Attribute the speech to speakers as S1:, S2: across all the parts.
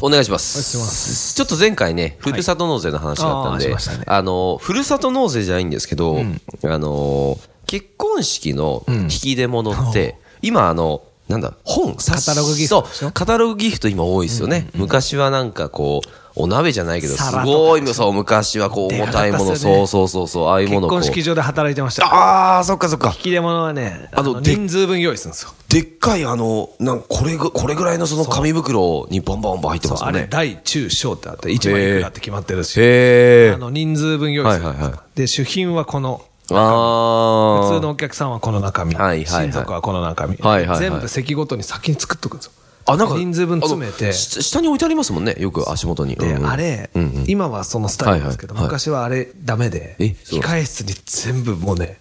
S1: お願いしま。
S2: お願いします
S1: ちょっと前回ね、ふるさと納税の話があったんで、
S2: あーしま
S1: あ
S2: したね
S1: の、ふるさと納税じゃないんですけど、あの、結婚式の引き出物って、今あの、なんだ、本、冊子
S2: カタログギフトでし
S1: そ
S2: ょ
S1: う、カタログギフト今多いですよね。昔はなんかこう、お鍋じゃないけど、す
S2: 皿とか
S1: ごい、そう、昔はこう、重たいもの、
S2: でかかったっすよね
S1: そうそうそう、そうああいうも
S2: 結
S1: のをこう
S2: 婚。式場で働いてました。
S1: ああ、そっかそっか。
S2: 引き出物はね、
S1: あ
S2: あ
S1: の
S2: の、人数分用意するんですよ。
S1: でっかいあの、なんかこれぐ、これぐらいのその紙袋にバンバンバン入ってます
S2: あ
S1: よ
S2: れ、
S1: ね。
S2: 大、中、小ってあって、1枚いくらって決まってるし、
S1: へ
S2: あの、人数分用意するんです
S1: はいはいは
S2: で、主品はこの、
S1: ああ。
S2: 普通のお客さんはこの中身、
S1: はいはいはい
S2: 親族はこの中身、
S1: はいはいはい
S2: 全部席ごとに先に作っとくんですよ。
S1: あ、なんか。
S2: 人数分詰め
S1: あ
S2: て
S1: の、し下に置いてありますもんね。よく足元に。
S2: で、
S1: うんうん
S2: あれ、
S1: うんうん
S2: 今はそのスタイルですけど、
S1: はいはいはい
S2: 昔はあれダメで、
S1: えそう
S2: 控え室に全部もうね、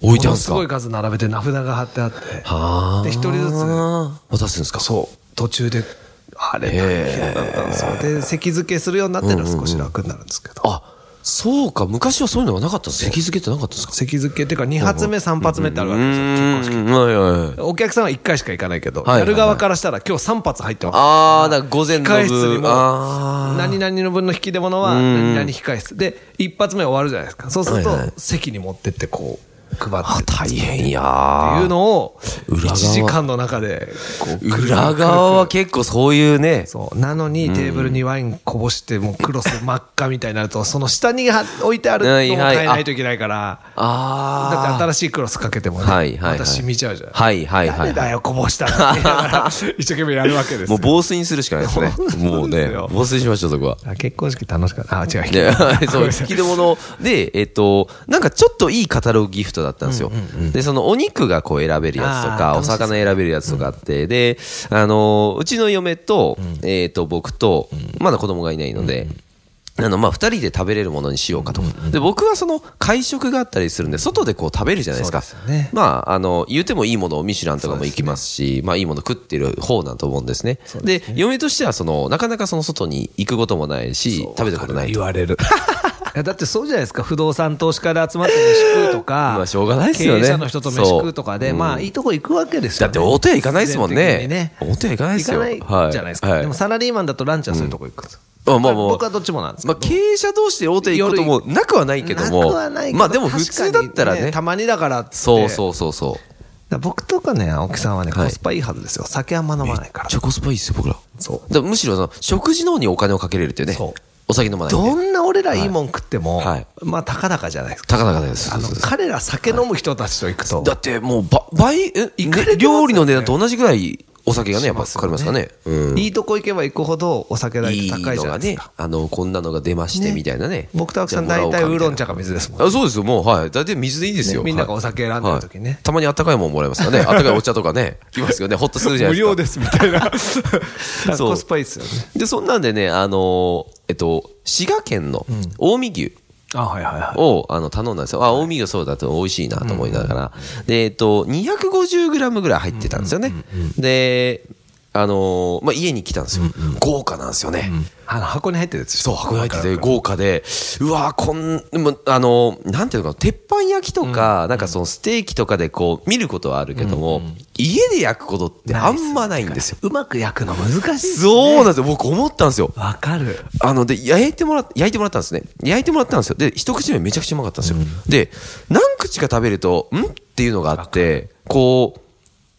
S1: 置いてあるんですか
S2: ものごい数並べて名札が貼ってあって、
S1: はあ。
S2: で一人ずつ
S1: 渡すんですか
S2: そう、途中で、あれ大変だったんですよ。で、席付けするようになってるら少し楽になるんですけど。
S1: あ、そうか。昔はそういうのがなかったんです席付けってなかったんですか
S2: 席付けっていうか、2発目、3発目ってあるわ
S1: う
S2: けですよ、結婚式。
S1: ーん。はいはいはい。
S2: お客さんは1回しか行かないけど、
S1: はいはい
S2: やる側からしたら、今日3発入ってます。
S1: あー、だから午前の
S2: 控え室に
S1: 部。
S2: も
S1: あ、ー。
S2: 何々の分の引き出物は、何々控え室。で、一発目終わるじゃないですか。そうすると
S1: はいはい、
S2: 席に持ってって、こう、配って。
S1: 大変や
S2: って
S1: ー。
S2: いうのを、
S1: 裏側
S2: 1時間の中で、こう、ぐるぐる
S1: 裏側は結構そういうね。
S2: そう。なのに、テーブルにワインこぼして、もうク ロス真っ赤みたいになると、その下には置いてあるのを
S1: はい
S2: 変え
S1: はい
S2: ないといけないから、だ
S1: あー。
S2: って新しいクロスかけてもね、
S1: はいはいはい
S2: また染みちゃうじゃん。
S1: はいはいはいはい
S2: 誰だよ、こぼしたのって言いなが ら一生懸命やるわけです
S1: もう。
S2: よ
S1: 防水にするしかないですね。もうね、防水しましょう、そこは。
S2: あ結婚式楽しかった。あ、違う。
S1: で
S2: ご
S1: そ
S2: め
S1: う、
S2: んな
S1: 引
S2: さい
S1: き出物で、えっと、なんかちょっといいカタログギフトだったんですよ。で、そのお肉がこう選べるやつと
S2: あ
S1: か、
S2: ー
S1: お魚選べるやつとかあって、で、あの、うちの嫁と、えっと、僕と、まだ子供がいないので、あの、まあ、二人で食べれるものにしようかと。で、僕はその、会食があったりするんで、外でこう食べるじゃないですか。
S2: そうですよね
S1: まあ、あの、言うてもいいものをミシュランとかも行きますし、まあ、いいもの食ってる方なんと思うんですね。で嫁としては、その、なかなかその外に行くこともないし、食べたことないと
S2: 言われる。いやだってそうじゃないですか、不動産投資家で集まって飯食うとか、
S1: まあしょうがないっすよね
S2: 経営者の人と飯食うとかで、
S1: そう
S2: まあいいとこ行くわけです
S1: だ
S2: よ、
S1: っ
S2: ね。
S1: て大手屋行かないですもん
S2: 必然的
S1: ね
S2: にね。
S1: 大手屋行かないで
S2: 行
S1: す
S2: か
S1: よ。
S2: ないじゃないですか。
S1: は
S2: でもサラリーマンだとランチはそういうとこ行くんですよ、
S1: あまあまあ
S2: 僕はどっちもなんです け
S1: まあ
S2: ど。
S1: 経営者同士で大手行くこともなくはないけども。
S2: なくはないけど
S1: まあでも普通だったら
S2: 確かに
S1: ね。
S2: たまにだからっつって。
S1: そう
S2: う。
S1: そうそうそう。
S2: 僕とかね、青木さんはね、
S1: はい
S2: コスパいいはずですよ。酒あんま飲まないから
S1: チ。ョコスパいいですよ、僕ら。
S2: そう
S1: だからむしろその、食事の方にお金をかけれるっていうね。
S2: そう
S1: お酒飲まないんで。
S2: どんな俺らいいもん食っても、
S1: はい
S2: まあ、たかだかじゃないですか。
S1: 高々です。
S2: あの
S1: そうそうそう
S2: 彼ら酒飲む人たちと行くと、
S1: だってもうば、倍、え
S2: 行かれてますよね
S1: 料理の値段と同じぐらいお酒がね、やっぱかかりますからね。うん
S2: いいとこ行けば行くほどお酒代
S1: い
S2: って
S1: い
S2: 高い
S1: の
S2: じゃ
S1: が
S2: ないです
S1: ね
S2: か。、
S1: あの、こんなのが出まして、
S2: ね
S1: みたいなね。
S2: 僕と青木さん
S1: じゃあもらお
S2: 大
S1: うか
S2: 体ウーロン
S1: みた
S2: 茶
S1: いな
S2: か水ですもんね。
S1: あそうですよ、もう、はい。大体水でいいですよ。
S2: ねみんな
S1: はい
S2: がお酒選んでる時ね
S1: はいたまにあったかいもんもらえます からね。あったかいお茶とかね、来ますよね。ほっとするじゃないですか。
S2: ですみた いな。
S1: そう
S2: コスパいいですよね。
S1: で、そんなんでね、あのーえっと、滋賀県の近江牛
S2: あ、はいはいは
S1: を、あの、頼んだんですよ。あ、近江牛そうだと美味しいなと思いながら。で、えっと、250グラムぐらい入ってたんですよね。で、あのーまあ、家に来たんですよ。豪華なんですよね。
S2: い。あの、箱に入ってるやつでし
S1: そ
S2: ょ
S1: う、箱に入ってて豪華で、うわーこん、もうあの、なんていうのかな、鉄板焼きとか、なんかそのステーキとかでこう、見ることはあるけども、家で焼くことってあんまないんですよ。
S2: うまく焼くの難しい。
S1: そうなんですよ。僕思ったんですよ。
S2: わかる。
S1: あの、で、焼いてもら、焼いてもらったんですね。焼いてもらったんですよ。で、一口目めちゃくちゃうまかったんですよ。で、何口か食べると、んっていうのがあって、こう、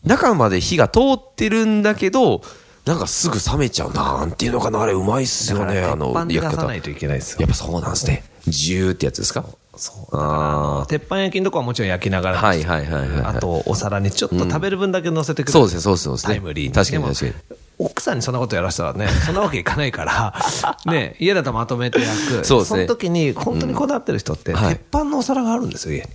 S1: 中まで火が通ってるんだけど、なんかすぐ冷めちゃうななんていうのかな。あれ、うまいっす
S2: だ
S1: よ
S2: から
S1: ね、あ
S2: 鉄
S1: の
S2: 板、で出
S1: 焼き
S2: さ
S1: 方
S2: な。いといけないです
S1: や
S2: よ。
S1: っぱそうなんですね。ジューってやつですか
S2: そう。
S1: あ
S2: 鉄板焼きのとこはもちろん焼きながら
S1: は
S2: です
S1: い
S2: けど
S1: はいはいはいはい
S2: あと、お皿にちょっと食べる分だけ乗せて
S1: あ。
S2: くる。
S1: そうですね、そうですねそうですね。
S2: タイムリーに
S1: 確かに確かに。
S2: でも奥さんにそんなことやらせたらね、 そんなわけいかな いから、ね、家だとまとめて焼く。
S1: そうですね
S2: の時に、本当にこだわってる人っ
S1: う
S2: て、
S1: んはい
S2: 鉄板のお皿があるんですよ、家に。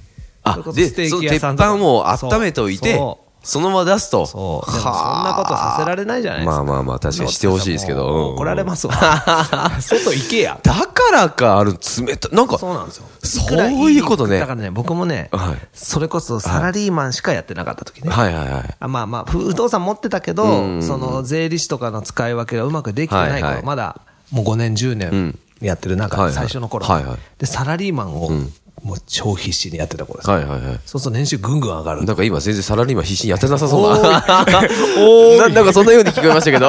S1: あ
S2: それこそ
S1: で
S2: ステーキ屋さんと
S1: そ
S2: か
S1: の鉄板を温めておいて
S2: そうそう
S1: そのまま出すと。
S2: そう。でもそんなことさせられないじゃないです
S1: ま
S2: か。
S1: あまあまあ、確かにしてほしいですけど。
S2: も
S1: う
S2: うん怒ら れますわ。外行けや。
S1: だからか、あの、冷た、なんか、
S2: そうなんですよ。
S1: そういうことね
S2: だからね、僕もね
S1: はい、
S2: それこそサラリーマンしかやってなかった時ね。
S1: はいはいはい。
S2: あまあまあ、不動産持ってたけど、その税理士とかの使い分けがうまくできてない頃、
S1: はいはい
S2: まだもう5年、10年やってる中、
S1: はいはい
S2: 最初の頃、
S1: はいはい
S2: で、サラリーマンをもう超必死にやってた頃です。
S1: はいはいはい。
S2: そうすると年収ぐんぐん上が る。
S1: なんか今全然サラリーマン必死にやってなさそうな。 ななんかそんなように聞こえました けど。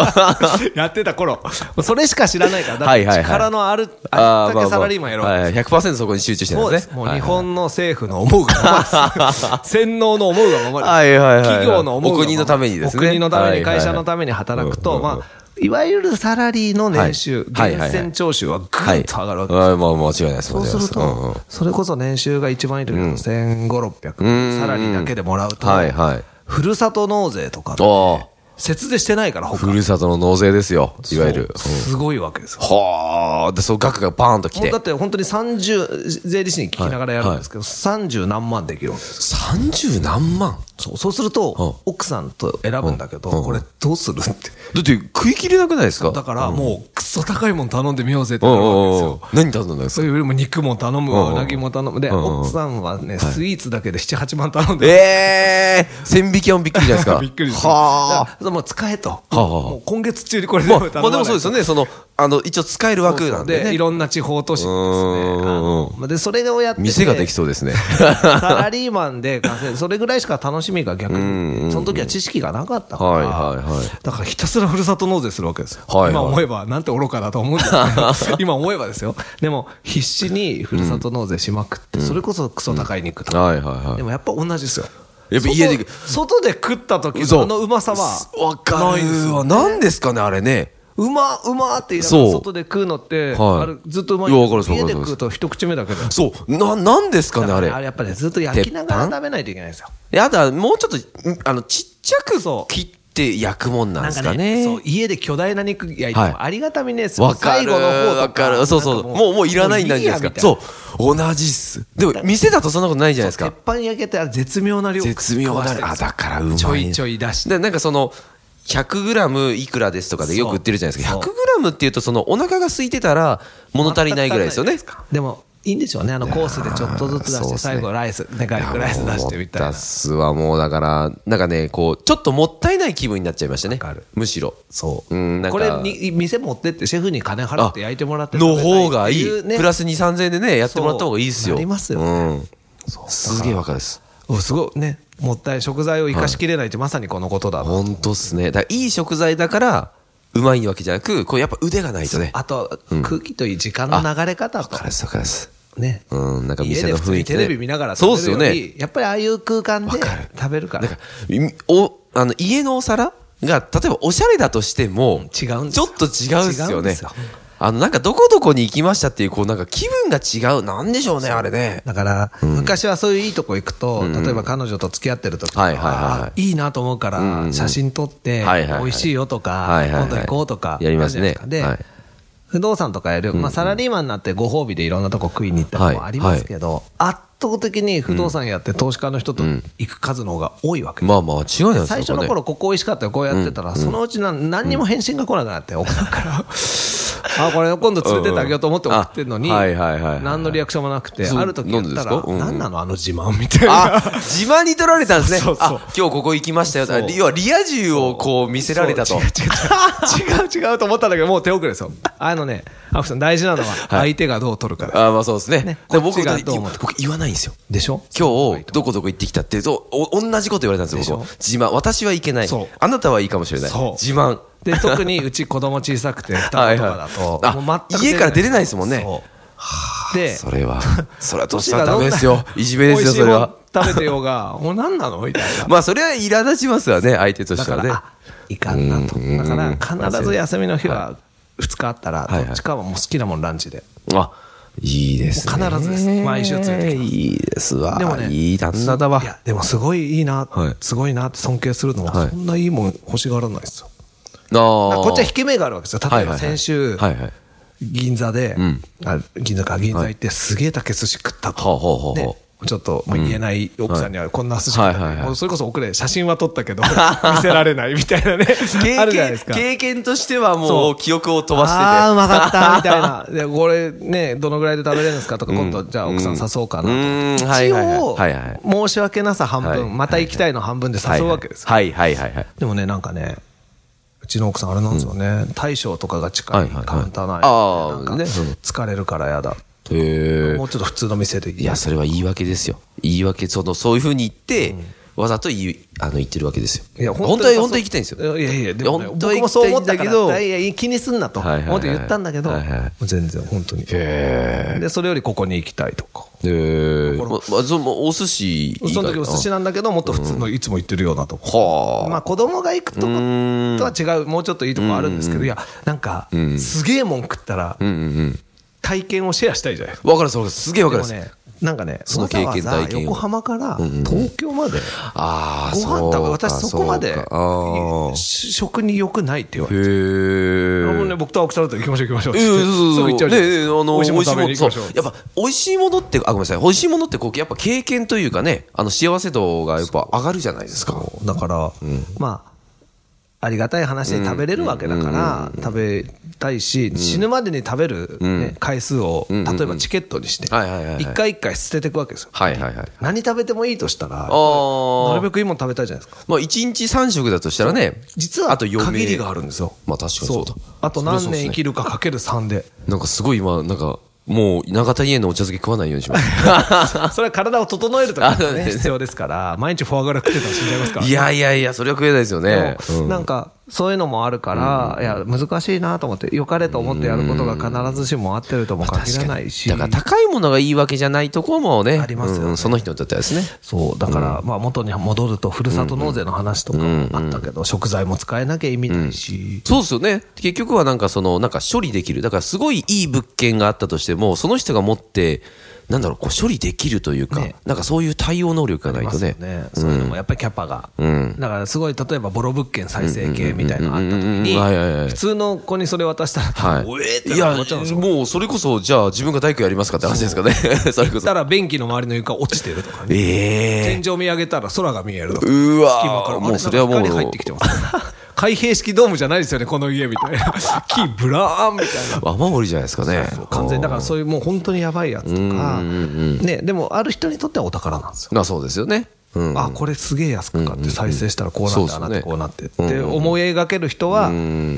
S2: やってた頃。それしか知らないから、だ
S1: は
S2: か
S1: い
S2: ら
S1: はいはい
S2: 力のある、
S1: あ
S2: あ
S1: ー
S2: れだけサラリーマンやろう。
S1: はいはい100%そこに集中して
S2: そ
S1: るん
S2: う
S1: で
S2: ですす。
S1: ね。
S2: もう日本の政府の思うがまま です。洗脳の思うがままです。
S1: はいはいはいはい
S2: 企業の思うがまま
S1: お国のためにですね
S2: お国のために、
S1: はいはいはい
S2: 会社のために働く
S1: うんう
S2: と、
S1: んうん
S2: まあ、いわゆるサラリーの年収、
S1: はいはい
S2: 源
S1: はい
S2: 泉徴収はぐ
S1: はい。
S2: っと上がるわけです。
S1: はい、まあ間違いないです。
S2: そ
S1: 間違い
S2: うする
S1: ないです
S2: と、それこそ年収が一番いい時だと1500、600、サラリーだけでもらうと、
S1: はいはい
S2: ふるさと納税とかって
S1: ああ
S2: 節税してないから、
S1: うん
S2: 他
S1: ふるさとの納税ですよ。いわゆる。
S2: そうすごいわけですよ。
S1: はあ。で、その額がバーンと来
S2: もう
S1: て
S2: だっ。て本当に30、税理士に聞きながらやるんですけど、30何万できるわけです
S1: 30何万
S2: そうそうすると、奥さんと選ぶんだけど、
S1: うん
S2: これどうするって。
S1: だって食い切れなくないですか
S2: だからもう、クソ高いもん頼んでみようぜって
S1: うん
S2: な
S1: う
S2: るわけで
S1: んう
S2: す
S1: ん
S2: よ。
S1: 何頼んだんです
S2: そ
S1: か
S2: れよりも肉も頼む
S1: うんう
S2: わ、
S1: ん
S2: うなぎも頼む。で、
S1: うんうん
S2: 奥さんはね、スイーツだけで7、8万頼んで、
S1: ええー千匹はびっくりじゃないですか。
S2: びっくりする。
S1: はあ。
S2: あ。もう使えと。
S1: あはあ
S2: もう今月中にこれ全部頼まないと
S1: まあでもそうですよね。その、あの、一応使える枠なんでね。
S2: いろんな地方都市ですね
S1: うーん
S2: あの。で、それをやってて。
S1: 店ができそう ですね。
S2: サラリーマンで稼いそれぐらいしか楽しみが逆に、その時は知識がなかったから、
S1: はいはいはい
S2: だからひたすらふるさと納税するわけですよ、
S1: はいはい
S2: 今思えば、なんて愚かだと思うんです けど、今思えばですよ、でも必死にふるさと納税しまくって、それこそクソ高い肉とか、
S1: はいはいはい
S2: で。もやっぱ同じですよ。
S1: やっぱ家で
S2: 外外で食った時
S1: そう
S2: のあのうまさは
S1: わか
S2: ないです
S1: る
S2: よ
S1: わ。なんですかね、あれね。
S2: うまうまって言いなが
S1: そ
S2: ら
S1: う
S2: 外で食うのって、
S1: はい
S2: あれずっとうまい
S1: いやわかるです
S2: 家
S1: わかる
S2: で
S1: です
S2: 食うと一口目だけで
S1: そう。な、なんですかね、あれ。
S2: あれやっぱねずっと焼きながら食べないといけないんですよ
S1: であとはもうちょっと、んあの、ちっちゃく
S2: そう
S1: 切って焼くもんなんですか
S2: そ
S1: ね
S2: う。家で巨大な肉焼いて
S1: はい
S2: もありがたみねえっすよ
S1: わか
S2: 最
S1: る。
S2: 後の方と
S1: わかる。そうそう。
S2: なんか
S1: もう、もういらないんじゃないですか。
S2: もういいやみたいな
S1: そう。同じっす。でも、店だとそんなことないじゃないですか。
S2: 鉄板焼けてあれ絶妙な量
S1: 絶妙だね。あ、だからうまいね。
S2: ちょいちょい出して
S1: で、なんかその、100グラムいくらですとかでよく売ってるじゃないですか。
S2: そ
S1: 100
S2: う
S1: グラムっていうと、その、お腹が空いてたら、物足りないぐらいですよね。
S2: でもいいんでしょうねあのコースでちょっとずつ
S1: そうで
S2: 出して
S1: すね
S2: 最後ライスねガーリックライス出してみたい
S1: もう
S2: な
S1: 出すはもうだから、なんかね、こう、ちょっともったいない気分になっちゃいましたね
S2: わかる。
S1: むしろ。
S2: そう
S1: うんなんか
S2: これに店持ってってシェフに金払って焼いてもらって
S1: の方がいい。プラ
S2: ス
S1: ス2、3000円でね、やってもらった方がいいですよ。
S2: そうなりますよね
S1: うん。すげえわかるです。
S2: すごいねもったい食材を生かしきれないってまさにこのことだな
S1: ほんとっすね。だからいい食材だから、うまいわけじゃなく、こうやっぱ腕がないとね。
S2: あと空気といい時間の流れ方
S1: わ
S2: と
S1: かるっすわかるっす。
S2: ね
S1: うん、なんか
S2: 家
S1: 店
S2: で
S1: の
S2: 普通
S1: 雰
S2: に
S1: 囲気
S2: テ
S1: ね
S2: レビ見ながら
S1: そう
S2: 食
S1: です
S2: べる
S1: よ
S2: よ
S1: ね。
S2: りやっぱりああいう空間で
S1: わかる
S2: 食べるか
S1: な
S2: ら
S1: んか、いお、あの、家のお皿が、例えばおしゃれだとしても、
S2: 違うんです
S1: ちょ
S2: よ
S1: っと違うっす
S2: 違う
S1: よ
S2: んで
S1: ね
S2: すよ。
S1: あの、なんかどこどこに行きましたっていう、こう、なんか気分が違う。なんでしょうね、あれね。
S2: だから、昔はそういういいとこ行くと、例えば彼女と付き合ってる時とか、
S1: はいはいはいはい
S2: あいいなと思うから、写真撮って、
S1: はいはいはい
S2: 美味しいよとか、
S1: はいはいはい
S2: 今度行こうとか、
S1: やりますね
S2: あるじゃない
S1: は
S2: ですか
S1: い
S2: で、不動産とかやる、まあ、サラリーマンになってご褒美でいろんなとこ食いに行ったりもありますけど、圧倒的に不動産やって投資家の人と行く数の方が多いわけ
S1: まあまあ、違うじゃないですか。
S2: 最初の
S1: これね
S2: 頃ここ美味しかったよこうやってたら、そのうちな何にも返信が来なくなって奥さんから あこれ今度連れてってあげようと思って送ってんのに
S1: うんうんあはいはいはいはい
S2: 何のリアクションもなくて
S1: そう
S2: ある時言っ
S1: なん
S2: たら
S1: でですかうん
S2: 何なのあの自慢みたいな
S1: あ、自慢に取られたんですね。
S2: そうそうそう
S1: あ、今日ここ行きましたよ。
S2: そう
S1: 要はリア充をこう見せられたと。
S2: そう 違う違う違う違うと思ったんだけどもう手遅れですよあのねアフさん大事なのは相手がどう取るかだ
S1: あまあそうですね。
S2: ね
S1: で
S2: こっ
S1: 僕
S2: ちが
S1: だって
S2: どう思って
S1: 僕言わないんですよ。
S2: でしょ
S1: 今日、どこどこ行ってきたって、そうお同じこと言われたんですよ、僕
S2: でしょ。
S1: 自慢。私は行けない
S2: そう。
S1: あなたはいいかもしれない
S2: そう。
S1: 自慢。
S2: で特にうち子供小さくて双子とかだと
S1: はいはい
S2: もう全く
S1: あ家から出れないですもんね
S2: そうで
S1: それ は、それは年
S2: 年
S1: はダ
S2: がどん
S1: メ
S2: な
S1: ですよ。いじめですよ、それは。
S2: 美味しいもん食べてよ うが、もう何なのみたいな。
S1: まあ、それは苛立ちますわね、相手と
S2: だ
S1: して
S2: か
S1: は
S2: ら、
S1: ね。
S2: あいかんなと。
S1: うん
S2: だから、必ず休みの日は、2日あったら、
S1: いはい
S2: どっちかはもう好きなもんランチで。
S1: あ、いいですね。
S2: もう必ずです毎週連れてきます
S1: いいですわ。
S2: でもね
S1: いい旦那だわ
S2: い。や、でもすごいいいな
S1: はい、
S2: すごいなって尊敬するの
S1: は
S2: は、
S1: い
S2: そんないいもん欲しがらないですよ。
S1: なあ
S2: だからこっちは引け目があるわけですよ。例えば先週、
S1: はいはいはい。
S2: 銀座で
S1: ん、
S2: あ銀座か、銀座行ってすげえ竹寿司食った
S1: ほう
S2: と。
S1: ほうほうほう
S2: でちょっともう言えない奥さんにはこんな寿司
S1: はい
S2: 食べ
S1: はいはい
S2: たもうそれこそ奥で写真は撮っ たけど見せられないみたいなねあるじゃないですか
S1: 経験としては
S2: そ
S1: もう
S2: う
S1: 記憶を飛ばしてて。
S2: ああ、うまかった、みたいな。 で、これね、どのぐらいで食べれるんですかとか、今度、じゃあ奥さん誘おうかなと
S1: うん
S2: 思って。
S1: はい
S2: 一
S1: はいはい
S2: 応
S1: はいはい、
S2: 申し訳なさ半
S1: はい
S2: 分、また行きたいの半分で誘うわけですよ。
S1: はいはいはいはい。
S2: でもね、なんかね、うちの奥さんあれなんですよね、大将とかが近
S1: はい
S2: い
S1: はいはい
S2: カウンターない。
S1: あー
S2: なんか
S1: ね
S2: 疲れるからやだ。
S1: へえ
S2: も。うちょっと普通の店でいい。
S1: いや、それは言い訳ですよ。言い訳、その、そういうふうに言って、わざと言い、あの、言ってるわけですよ。
S2: いや
S1: 本当は、本当は行きたいんですよ。
S2: いやいや、でもね
S1: 本当は行
S2: 僕も
S1: きた
S2: そ
S1: い
S2: う思
S1: ん
S2: っ
S1: だ
S2: た
S1: け
S2: か
S1: ど
S2: ら、いやいや、気にすんなと、
S1: はいはいはい
S2: 思って言ったんだけど、
S1: はいはい
S2: もう全然、本当に。
S1: へ
S2: で、それよりここに行きたいとか。
S1: え。へえ。ま、まそのお寿司以外
S2: その時お寿司なんだけど、もっと普通のいつも行ってるようなとこ。
S1: はあ。
S2: まあ子供が行くとこと
S1: ん
S2: は違う、もうちょっといいとこあるんですけど、いや、なんか、すげえもん食ったら、
S1: うんうん
S2: 体験をシェアしたいじゃない
S1: うん。わかるす、わかるす。すげえわか
S2: で
S1: る
S2: も
S1: す。
S2: ね、なんかね、
S1: その経験
S2: わざわざ
S1: 体験を
S2: 横浜から東京まで、
S1: ああ、
S2: ご飯食べ、私そこまで
S1: うかああ。
S2: し食に良くないって言われて。
S1: へ
S2: あもうね、
S1: え。
S2: 僕と青木さんと行きましょう行きましょうって
S1: ええ
S2: 言
S1: そ
S2: っ
S1: うそ
S2: て。
S1: う
S2: すぐ
S1: そう
S2: 行っちゃうじゃない
S1: ね
S2: で
S1: え
S2: す
S1: あ
S2: か
S1: の、
S2: 美
S1: 美
S2: 味しいも
S1: 味しいもの、
S2: ん食べに行き
S1: そう
S2: ましょう。。
S1: やっぱ、美味しいものって、あ、ごめんなさい。美味しいものって、こう、やっぱ経験というかね、あの、幸せ度がやっぱ上がるじゃないですか。
S2: だから、まあ、ありがたい話で食べれるわけだから、食べたいし、死ぬまでに食べる、ね、回数を、例えばチケットにして
S1: はいはいはいはい、
S2: 一回一回捨てていくわけですよ。
S1: はいはいはい。
S2: 何食べてもいいとしたら、
S1: ー
S2: なるべくいいもの食べたいじゃないですか。
S1: まあ、1日3食だとしたらね、
S2: 実は、
S1: あと余命
S2: 限りがあるんですよ。
S1: まあ確かにそうだ。
S2: あと何年生
S1: る
S2: きるかかける3で。
S1: なんかすごい今、なんか、もう、永田家のお茶漬け食わないようにします。
S2: それは体を整えるとか
S1: あそう
S2: が
S1: ですね
S2: ね、必要ですから、毎日フォアグラ食ってたら死んじゃいますから
S1: い。やいやいや、それは食えないですよね。
S2: でもなんか、そういうのもあるから、いや、難しいなと思って、良かれと思ってやることが必ずしも合ってるとも限らないし
S1: だ、から高いものがいいわけじゃないとこもね、
S2: ありますよ
S1: う
S2: ね
S1: んその人にとってはですね。
S2: そう、だから、まあ、元に戻ると、ふるさと納税の話とかもあったけど、食材も使えなきゃ意味ないし、
S1: そうですよね。結局はなんかその、なんか処理できる。だからすごいいい物件があったとしても、その人が持って、なんだろう、こう処理できるというか、
S2: ね
S1: なんかそういう対応能力がない
S2: ま
S1: と
S2: すよ
S1: ね。
S2: ね。そういうのもやっぱりキャパが。だから、すごい、例えば、ボロ物件再生系みたいなのあった時
S1: うんはいはいはい
S2: に、普通の子にそれ渡したら、多分おえーって
S1: いや
S2: なっちゃうんですよ。
S1: もうそれこそ、じゃあ自分が大工やりますかって話ですかね。 それこそ
S2: した。ら、便器の周りの床落ちてるとかね。
S1: ええ
S2: 天井見上げたら空が見えるとか。
S1: う
S2: 隙間
S1: わ
S2: から
S1: ーもうそれはも
S2: あ
S1: う
S2: れなんか光入ってきてます ね開閉式ドームじゃないですよねこの家みたいな 木ブラーンみたいな
S1: 雨漏りじゃないですかね
S2: 完全にだからそういうもう本当にやばいやつとかねでもある人にとってはお宝なんですよ
S1: まあそうですよねうん
S2: あこれすげえ安く買って再生したらこうなんだ
S1: そう
S2: な
S1: です
S2: っ
S1: ね
S2: てこうなってって思い描ける人は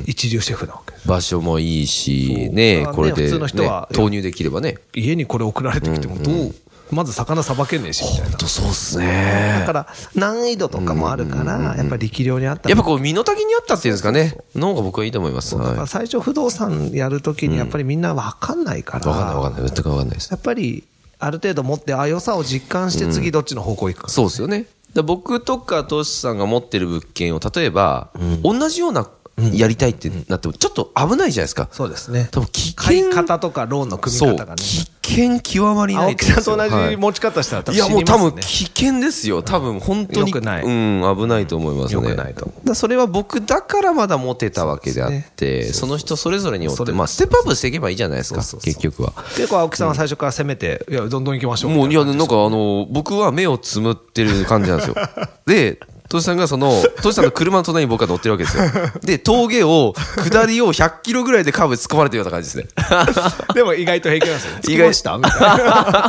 S2: 一流シェフなわけです
S1: 場所もいいし
S2: そう
S1: ね
S2: まあね
S1: これで
S2: 普
S1: ね
S2: 通の人は
S1: 投入できればね
S2: 家にこれ送られてきてもどうまず魚さばけねえしみたいな
S1: そうっすね
S2: だから難易度とかもあるからやっぱり力量にあった
S1: やっぱこう身の丈に合ったっていうんですかねの方が僕はいいと思いますはい
S2: だから最初不動産やるときにやっぱりみんな分かんないから、
S1: わかんないわかんない全くわかんないです
S2: やっぱりある程度持ってあ良さを実感して次どっちの方向行くか、
S1: そうですよねだ僕とかトシさんが持ってる物件を例えば同じようなやりたいってなってもちょっと危ないじゃないですか
S2: そうですね
S1: 多分危
S2: 買い
S1: 険
S2: 方とかローンの組み
S1: そう
S2: 方がね
S1: 危険極まりない
S2: 青木さんと
S1: 思うんですよ
S2: 同
S1: は
S2: じ
S1: い
S2: 持ち方したら多
S1: い
S2: 分
S1: や
S2: 死
S1: もう
S2: に
S1: 多
S2: ます
S1: 分
S2: ね
S1: 危険ですよ、多分本当に、
S2: 良くない
S1: うん、危ないと思いますね、
S2: 良くないと思う
S1: だからそれは僕だからまだ持てたわけであって、そ
S2: そうで
S1: の人それぞれによっ
S2: そ
S1: て、
S2: れ
S1: まあ、ステップアップしていけばいいじゃないですか、
S2: そうそうそう
S1: 結局は。
S2: 結構青木さんは最初から攻めて、いやどんどん行きましょう
S1: もういや、
S2: みた
S1: ないん
S2: な
S1: かあの、僕は目をつむってる感じなんですよ。 で、トシさんがその、トシさんの車の隣に僕は乗ってるわけ ですよ。で、峠を、下りを100キロぐらいでカーブで突っ込まれてるような感じですね。
S2: でも意外と平気なんですよ
S1: 意
S2: 意
S1: 外
S2: 外したみたいな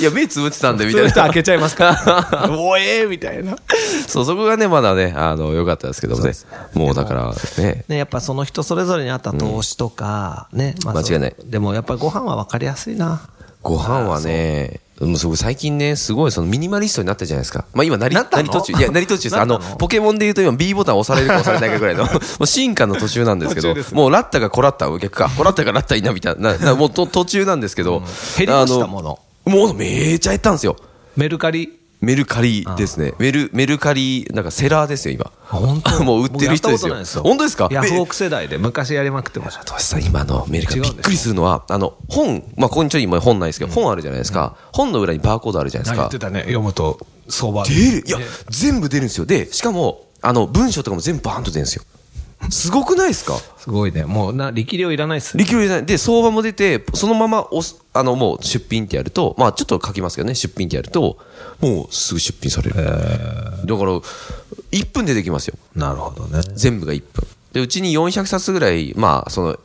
S1: いや、目つむってたんで、み
S2: そ
S1: た い
S2: うい
S1: う
S2: 人開
S1: な。
S2: けちゃいますから おえーみたいな
S1: そう、そこがね、まだね、あの、良かったですけどもね。もうだから、ね。
S2: ね、やっぱその人それぞれに合った投資とか、ね、ま
S1: 間違いない
S2: そうでもやっぱりご飯は分かりやすいな。
S1: ご飯はね、もうすごい最近ね、すごいそのミニマリストになったじゃないですか。まあ今なり、
S2: なった
S1: な
S2: の
S1: り途中、 いや、なり途中です。
S2: な
S1: あ
S2: った
S1: の、
S2: の
S1: ポケモンで言うと今 B ボタン押されるか押されないかぐらい の、もう進化の途中なんですけど、
S2: 途中ですね
S1: もうラッタがコラッタ、逆か、コラッタがラッタになみたいな、ななもうと途中なんですけど、
S2: 減りました
S1: あ
S2: もの。
S1: のもうめちゃ減ったんですよ。
S2: メルカリ。
S1: メルカリですね。メル、メルカリ、なんかセラーですよ、今。
S2: 本
S1: もう売ってる人ですよ。本当ですか
S2: ヤ
S1: え
S2: フオク世代で昔やりまくってました。
S1: トシさん、今のメルカリ
S2: 違う
S1: び
S2: ん
S1: っ
S2: です
S1: くりするのは、あの、本、まあ、ここにちょい今本ないですけど、本あるじゃないですか。本の裏にバーコードあるじゃないです
S2: 言
S1: か
S2: って。たね。読むと相場。
S1: 出るいや、全部出るんですよ。で、しかも、あの、文章とかも全部バーンと出るんですよ。すごくないですか
S2: すごいね。もうな、力量いらないっす。
S1: 力量入れない。で、相場も出て、そのままおす、あの、もう出品ってやると、まあちょっと書きますけどね、出品ってやると、もうすぐ出品される。だから、1分でできますよ。
S2: なるほどね。
S1: 全部が1分。で、うちに400冊ぐらい、まあ、その、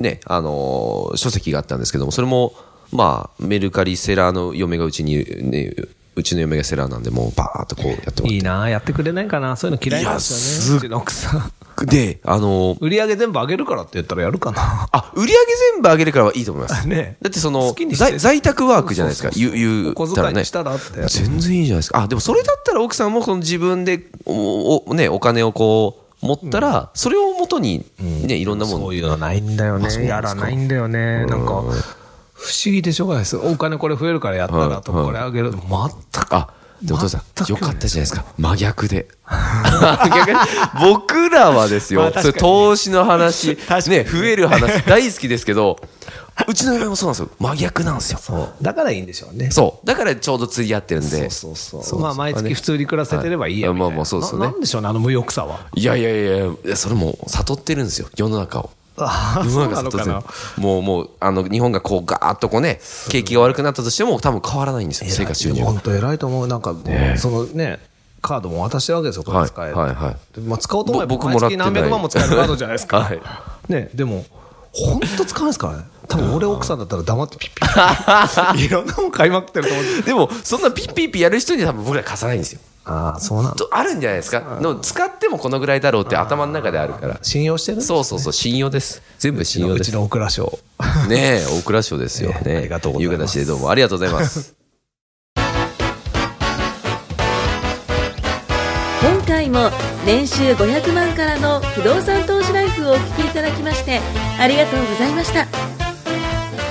S1: ね、あのー書籍があったんですけども、それも、まあ、メルカリセラーの嫁がうちに、ね、うちの嫁がセラーなんで、もうバーっとこうやってもら
S2: いいなぁやってくれないかなそういうの嫌いなんですよね。うちの奥さん。
S1: って。で、あのー
S2: 売り上げ全部上げるからって言ったらやるかな。
S1: あ、売り上げ全部上げるからはいいと思います。
S2: ね
S1: だってその
S2: 好きに、して
S1: 在在宅ワークじゃないですか。言う、言
S2: お小
S1: うたら
S2: 遣い
S1: ね
S2: にし。たらって。
S1: 全然いいじゃないですか。あ、でもそれだったら奥さんもこの自分でお、お、ね、お金をこう、持ったら、それをもとに、ね、いろんなも
S2: そ
S1: の
S2: ういうのないんだよ
S1: あそう
S2: ね。
S1: なん
S2: や
S1: ですか
S2: らないんだよね。なんか、不思議でしょうがないです。お金これ増えるからやったらと
S1: は
S2: か、
S1: い
S2: これあげる。全く。
S1: あ、でもお父さ
S2: 全
S1: ん、
S2: く
S1: よかったじゃないですか。真逆 で。逆に僕らはですよ、それ投資の 話、ね、増える話、大好きですけど、うちの嫁もそうなんですよ。真逆なんですよ。そう。
S2: だからいいんでしょうね。
S1: だからちょうど釣り合ってるんで。
S2: そうそうそう。まあ、毎月普通に暮らせてればいいや
S1: はい
S2: みたい
S1: ま
S2: な。
S1: あまあそうですよね
S2: ななんでしょうね、あの無欲さは。
S1: いやいやいやいや、それもう悟ってるんですよ、世の中を。
S2: ああ、
S1: 世
S2: そ
S1: の
S2: う
S1: 中悟
S2: なの
S1: って
S2: か
S1: る
S2: な。
S1: もう、もう、あの、日本がこう、ガーッとこうね、景気が悪くなったとしても、多分変わらないんですよ、生活収入は。
S2: 本当偉いと思う。なんか、そのね、カードも渡してるわけですよ、こ
S1: は
S2: れ
S1: い
S2: 使える。
S1: はいはい
S2: でまあ、使おうと思えば、
S1: ぼ僕
S2: 毎
S1: もらって
S2: 月
S1: ない
S2: 何百万も使えるカードじゃないですか。
S1: はい
S2: ね、でも、本当使わないですからね。多分俺奥さんだったら黙ってピッピッ ピッ。いろんなもん買いまくってると思う。
S1: でも、そんなピッピッピやる人には多分僕ら貸さないんですよ。
S2: ああ、そうなんだ。
S1: とあるんじゃないですかの使ってもこのぐらいだろうって頭の中であるから
S2: 信用してる
S1: そうそうそう信用です全部信用
S2: う
S1: で
S2: ち
S1: す
S2: の大蔵省。
S1: ねえ大蔵省ですよ
S2: ええ
S1: ね
S2: ありがとうございま
S1: う形
S2: す
S1: でどうもありがとうございます
S3: 今回も年収500万からの不動産投資ライフをお聞きいただきましてありがとうございました